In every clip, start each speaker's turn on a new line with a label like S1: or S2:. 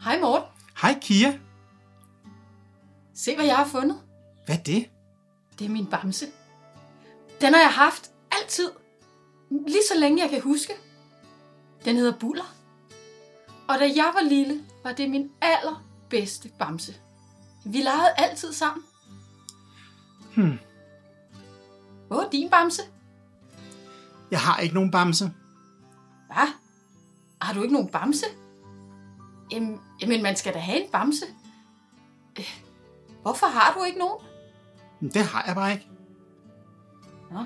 S1: Hej Morten.
S2: Hej Kia.
S1: Se, hvad jeg har fundet.
S2: Hvad er det?
S1: Det er min bamse. Den har jeg haft altid. Lige så længe jeg kan huske. Den hedder Buller. Og da jeg var lille, var det min allerbedste bamse. Vi legede altid sammen.
S2: Hmm.
S1: Hvor er din bamse?
S2: Jeg har ikke nogen bamse.
S1: Hvad? Har du ikke nogen bamse? Jamen, jamen man skal da have en bamse. Øh, Hvorfor har du ikke nogen?
S2: Men Det har jeg bare ikke.
S1: Nå.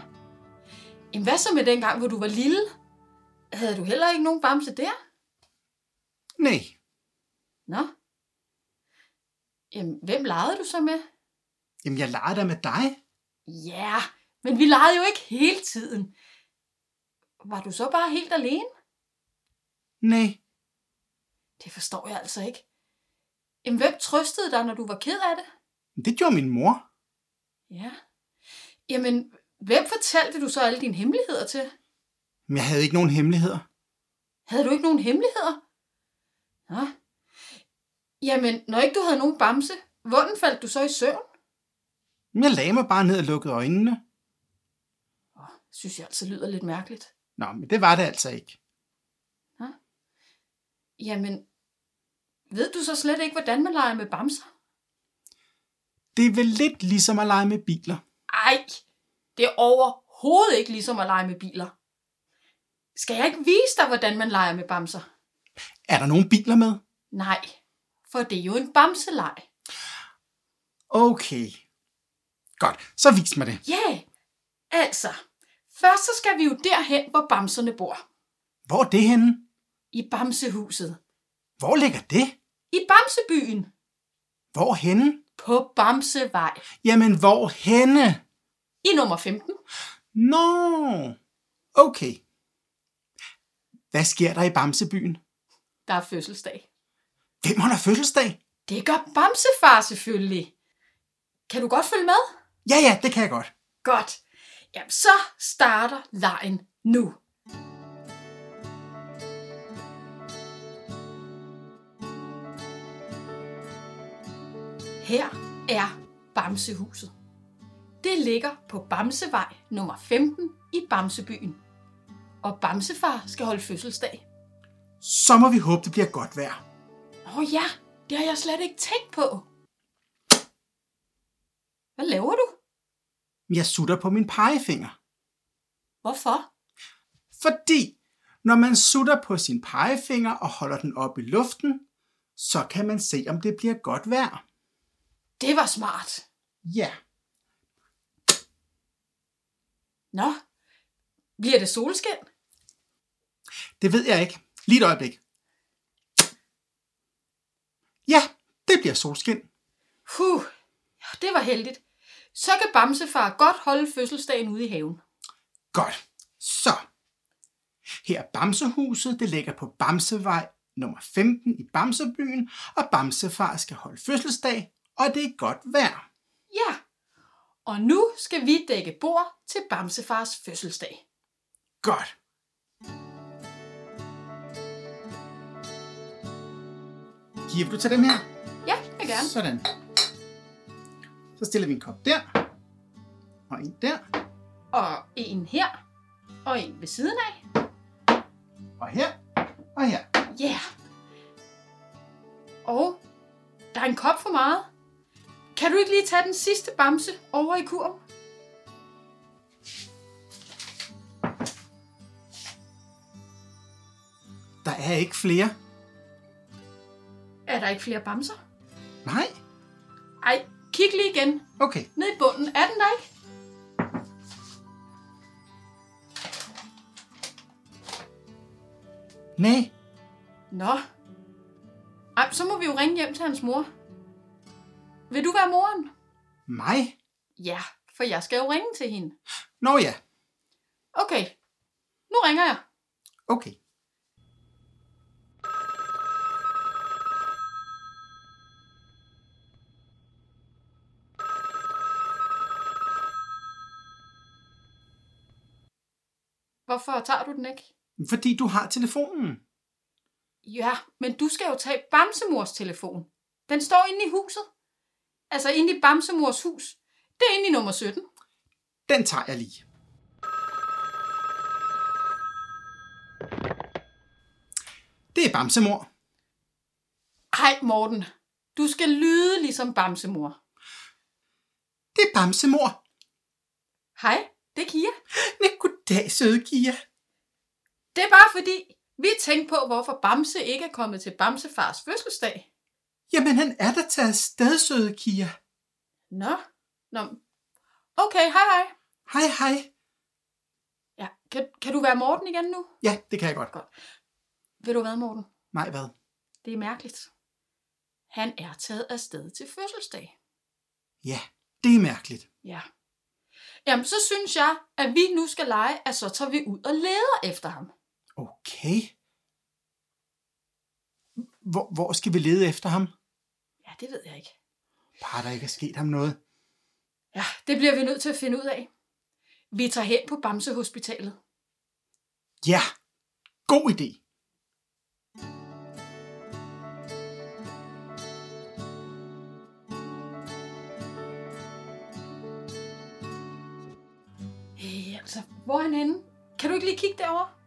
S1: Jamen, hvad så med den gang, hvor du var lille? Havde du heller ikke nogen bamse der?
S2: Nej.
S1: Nå. Jamen, hvem legede du så med?
S2: Jamen, jeg leger da med dig.
S1: Ja, yeah, men vi legede jo ikke hele tiden. Var du så bare helt alene?
S2: Nej.
S1: Det forstår jeg altså ikke. Jamen, hvem trøstede dig, når du var ked af det?
S2: Det gjorde min mor.
S1: Ja. Jamen, hvem fortalte du så alle dine hemmeligheder til?
S2: Men jeg havde ikke nogen hemmeligheder.
S1: Havde du ikke nogen hemmeligheder? Nå. Jamen, når ikke du havde nogen bamse, hvordan faldt du så i søvn?
S2: Men jeg lagde mig bare ned og lukkede øjnene.
S1: Åh, synes jeg altså lyder lidt mærkeligt.
S2: Nå, men det var det altså ikke.
S1: Jamen, ved du så slet ikke, hvordan man leger med bamser?
S2: Det er vel lidt ligesom at lege med biler.
S1: Ej, det er overhovedet ikke ligesom at lege med biler. Skal jeg ikke vise dig, hvordan man leger med bamser?
S2: Er der nogen biler med?
S1: Nej, for det er jo en bamseleg.
S2: Okay. Godt, så vis mig det.
S1: Ja, yeah. altså. Først så skal vi jo derhen, hvor bamserne bor.
S2: Hvor er det henne?
S1: I bamsehuset.
S2: Hvor ligger det?
S1: I bamsebyen.
S2: Hvor henne?
S1: På Bamsevej.
S2: Jamen, hvor henne?
S1: I nummer 15.
S2: Nå, okay. Hvad sker der i Bamsebyen?
S1: Der er fødselsdag.
S2: Hvem holder fødselsdag?
S1: Det gør bamsefar selvfølgelig. Kan du godt følge med?
S2: Ja, ja, det kan jeg godt.
S1: Godt. Jamen, så starter lejen nu. Her er Bamsehuset. Det ligger på Bamsevej nummer 15 i Bamsebyen. Og Bamsefar skal holde fødselsdag.
S2: Så må vi håbe, det bliver godt vejr.
S1: Åh oh ja, det har jeg slet ikke tænkt på. Hvad laver du?
S2: Men Jeg sutter på min pegefinger.
S1: Hvorfor?
S2: Fordi når man sutter på sin pegefinger og holder den op i luften, så kan man se, om det bliver godt vejr.
S1: Det var smart.
S2: Ja.
S1: Nå, bliver det solskin?
S2: Det ved jeg ikke. Lige et øjeblik. Ja, det bliver solskin.
S1: Huh, det var heldigt. Så kan Bamsefar godt holde fødselsdagen ude i haven.
S2: Godt. Så. Her er Bamsehuset. Det ligger på Bamsevej nummer 15 i Bamsebyen, og Bamsefar skal holde fødselsdag, og det er godt vejr.
S1: Ja, og nu skal vi dække bord til Bamsefars fødselsdag.
S2: Godt. Giver du til dem her?
S1: Ja, jeg gerne.
S2: Sådan. Så stiller vi en kop der. Og en der.
S1: Og en her, og en ved siden af.
S2: Og her. Og her.
S1: Ja. Yeah. Og der er en kop for meget. Kan du ikke lige tage den sidste bamse over i kurven?
S2: Der er ikke flere.
S1: Er der ikke flere bamser?
S2: Nej.
S1: Ej, kig lige igen.
S2: Okay.
S1: Ned i bunden. Er den der ikke?
S2: Nej.
S1: Nå. Ej, så må vi jo ringe hjem til hans mor. Vil du være moren?
S2: Mig?
S1: Ja, for jeg skal jo ringe til hende.
S2: Nå ja.
S1: Okay, nu ringer jeg.
S2: Okay.
S1: Hvorfor tager du den ikke?
S2: Fordi du har telefonen.
S1: Ja, men du skal jo tage Bamsemors telefon. Den står inde i huset. Altså inde i Bamsemors hus. Det er inde i nummer 17.
S2: Den tager jeg lige. Det er Bamsemor.
S1: Ej, Morten. Du skal lyde ligesom Bamsemor.
S2: Det er Bamsemor.
S1: Hej, det er Kia.
S2: Nej, goddag, søde Kia.
S1: Det er bare fordi, vi tænkte på, hvorfor Bamse ikke er kommet til Bamsefars fødselsdag.
S2: Jamen, han er da taget afsted, søde Kia.
S1: Nå, nå. Okay, hej hej.
S2: Hej, hej.
S1: Ja, kan, kan du være Morten igen nu?
S2: Ja, det kan jeg godt.
S1: Ved du hvad, Morten?
S2: Nej, hvad?
S1: Det er mærkeligt. Han er taget afsted til fødselsdag.
S2: Ja, det er mærkeligt.
S1: Ja. Jamen, så synes jeg, at vi nu skal lege, at så tager vi ud og leder efter ham.
S2: Okay. Hvor, hvor skal vi lede efter ham?
S1: Ja, det ved jeg ikke.
S2: Bare der ikke er sket ham noget.
S1: Ja, det bliver vi nødt til at finde ud af. Vi tager hen på Bamsehospitalet.
S2: Ja, god idé.
S1: Øh, altså, hvor er han henne? Kan du ikke lige kigge derover?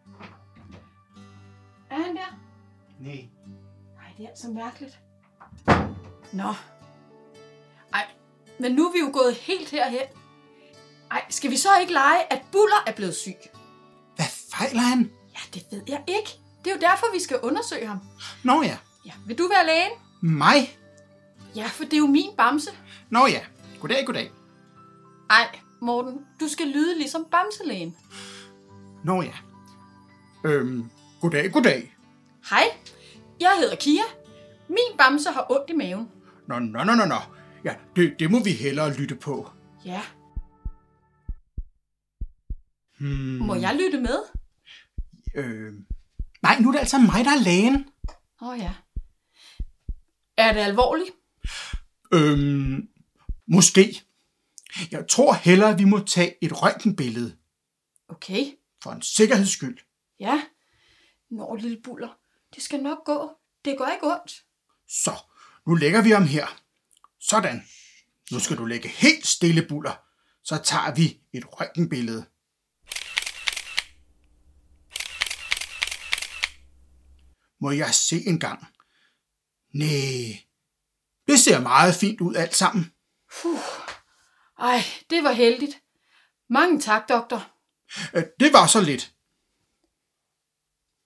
S1: Er han der?
S2: Nej.
S1: Nej, det er altså mærkeligt. Nå. Ej, men nu er vi jo gået helt herhen. Ej, skal vi så ikke lege, at Buller er blevet syg?
S2: Hvad fejler han?
S1: Ja, det ved jeg ikke. Det er jo derfor, vi skal undersøge ham.
S2: Nå ja,
S1: Ja, vil du være lægen?
S2: mig.
S1: Ja, for det er jo min bamse.
S2: Nå ja, goddag, goddag.
S1: Ej, Morten, du skal lyde ligesom bamselægen.
S2: Nå ja. Øhm, goddag, goddag.
S1: Hej, jeg hedder Kia. Min bamse har ondt i maven.
S2: Nå, nå, nå, nå, nå. Ja, det, det må vi hellere lytte på.
S1: Ja,
S2: Hmm,
S1: må jeg lytte med?
S2: øh, nej, nu er det altså mig, der er lægen.
S1: Åh oh, ja. Er det alvorligt?
S2: Øhm, måske. Jeg tror hellere, vi må tage et røntgenbillede,
S1: Okay,
S2: for en sikkerheds skyld.
S1: ja. Nå, lille buller, det skal nok gå. Det går ikke ondt.
S2: Så, nu lægger vi om her. Sådan. Nu skal du lægge helt stille, Buller. Så tager vi et røntgenbillede. Må jeg se en gang? Næh. Det ser meget fint ud alt sammen.
S1: Ej, det var heldigt. Mange tak, doktor.
S2: Øh, Det var så lidt.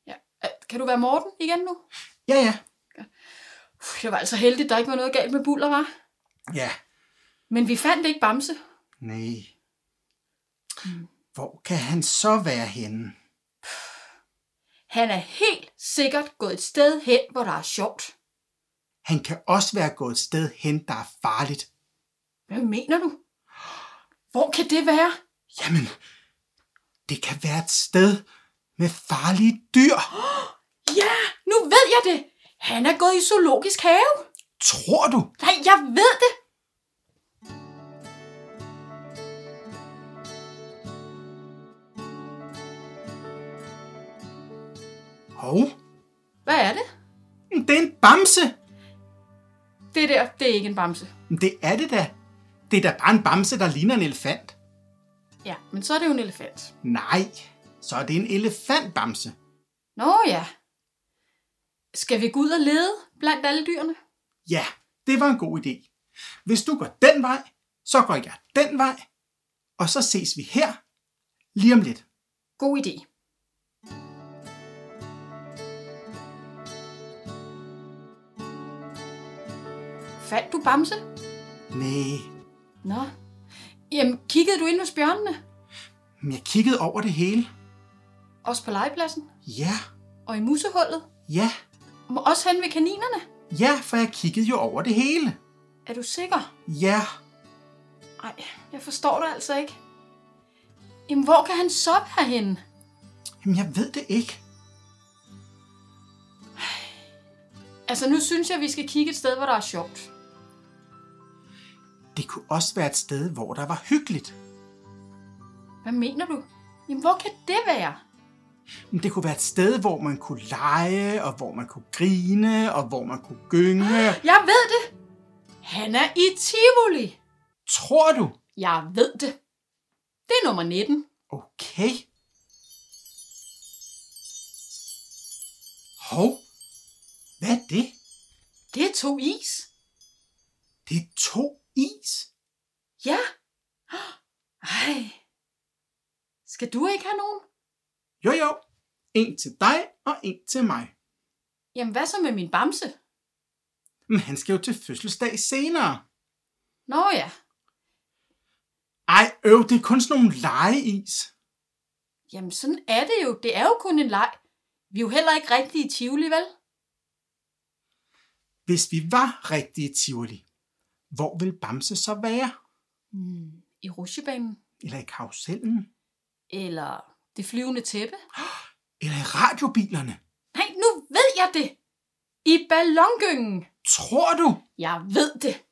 S1: Ja. øh, Kan du være Morten igen nu?
S2: Ja, ja.
S1: Puh, det var altså heldigt, der ikke var noget galt med buller, var.
S2: Ja,
S1: Men vi fandt ikke Bamse.
S2: Nej. Hvor kan han så være henne?
S1: Han er helt sikkert gået et sted hen, hvor der er sjovt.
S2: Han kan også være gået et sted hen, der er farligt.
S1: Hvad mener du? Hvor kan det være?
S2: Jamen, det kan være et sted med farlige dyr.
S1: Ja, nu ved jeg det! Han er gået i zoologisk have.
S2: Tror du?
S1: Nej, jeg ved det!
S2: Hov,
S1: Hvad er det?
S2: det er en bamse.
S1: Det der, det er ikke en bamse.
S2: Det er det da. Det er da bare en bamse, der ligner en elefant.
S1: Ja, men så er det jo en elefant.
S2: Nej, så er det en elefantbamse.
S1: Nå ja. Skal vi gå ud og lede blandt alle dyrene?
S2: Ja, det var en god idé. Hvis du går den vej, så går jeg den vej. Og så ses vi her lige om lidt.
S1: God idé. Fandt du Bamse?
S2: Næh,
S1: Nå. Jamen, kiggede du ind hos bjørnene?
S2: Men jeg kiggede over det hele.
S1: Også på legepladsen?
S2: Ja,
S1: Og i musehullet?
S2: ja,
S1: Og også hen ved kaninerne?
S2: ja, for jeg kiggede jo over det hele.
S1: Er du sikker?
S2: Ja,
S1: Nej, jeg forstår dig altså ikke. Jamen, hvor kan han så være henne?
S2: jamen jeg ved det ikke.
S1: Altså, nu synes jeg, vi skal kigge et sted, hvor der er sjovt.
S2: Det kunne også være et sted, hvor der var hyggeligt.
S1: Hvad mener du? Jamen, hvor kan det være?
S2: Men det kunne være et sted, hvor man kunne lege, og hvor man kunne grine, og hvor man kunne gynge.
S1: Jeg ved det! Han er i Tivoli!
S2: Tror du?
S1: Jeg ved det! Det er nummer 19.
S2: Okay. Hov, hvad er det?
S1: Det er to is.
S2: Det er to is.
S1: Ja. Ej. Skal du ikke have nogen?
S2: Jo jo, en til dig og en til mig.
S1: Jamen, hvad så med min bamse?
S2: Men han skal jo til fødselsdag senere.
S1: Nå ja.
S2: Ej, øv, det er kun sådan nogle legeis.
S1: Jamen, sådan er det jo. Det er jo kun en leg. Vi er jo heller ikke rigtig i Tivoli, vel?
S2: Hvis vi var rigtige Tivoli, hvor ville Bamse så være?
S1: Mm. I rusjebanen.
S2: Eller i karusellen?
S1: Eller det flyvende tæppe.
S2: Eller i radiobilerne?
S1: Nej, nu ved jeg det! I ballongyngen.
S2: Tror du
S1: Jeg ved det.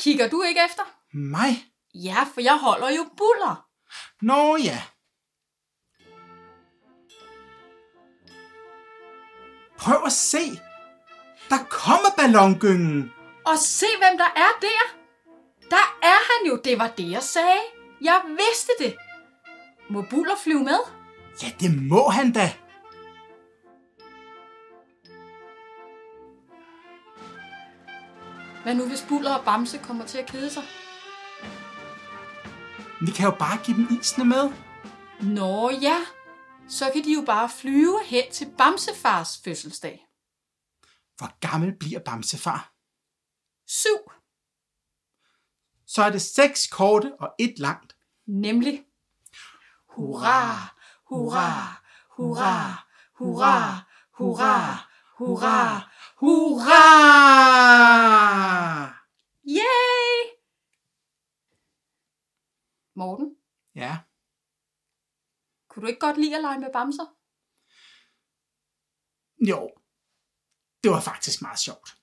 S1: Kigger du ikke efter?
S2: mig?
S1: Ja, for jeg holder jo buller.
S2: Nå ja. Prøv at se. Der kommer ballongyngen.
S1: Og se, hvem der er der. Der er han jo. Det var det, jeg sagde. Jeg vidste det. Må buller flyve med?
S2: Ja, det må han da.
S1: Hvad nu, hvis buller og bamse kommer til at kede sig?
S2: Vi kan jo bare give dem isene med.
S1: Nå ja, så kan de jo bare flyve hen til Bamsefars fødselsdag.
S2: Hvor gammel bliver Bamsefar?
S1: Syv,
S2: Så er det seks korte og et langt.
S1: nemlig. Hurra, hurra, hurra, hurra, hurra, hurra, hurra.
S2: Hurra!
S1: Yay! Morten,
S2: Ja,
S1: kunne du ikke godt lide at lege med bamser?
S2: jo. Det var faktisk meget sjovt.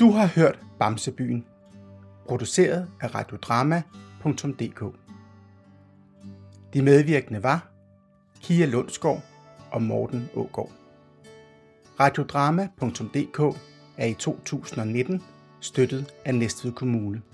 S2: Du har hørt Bamsebyen, produceret af radiodrama.dk. De medvirkende var Kia Lundsgaard og Morten Ågaard. Radiodrama.dk er i 2019 støttet af Næstved Kommune.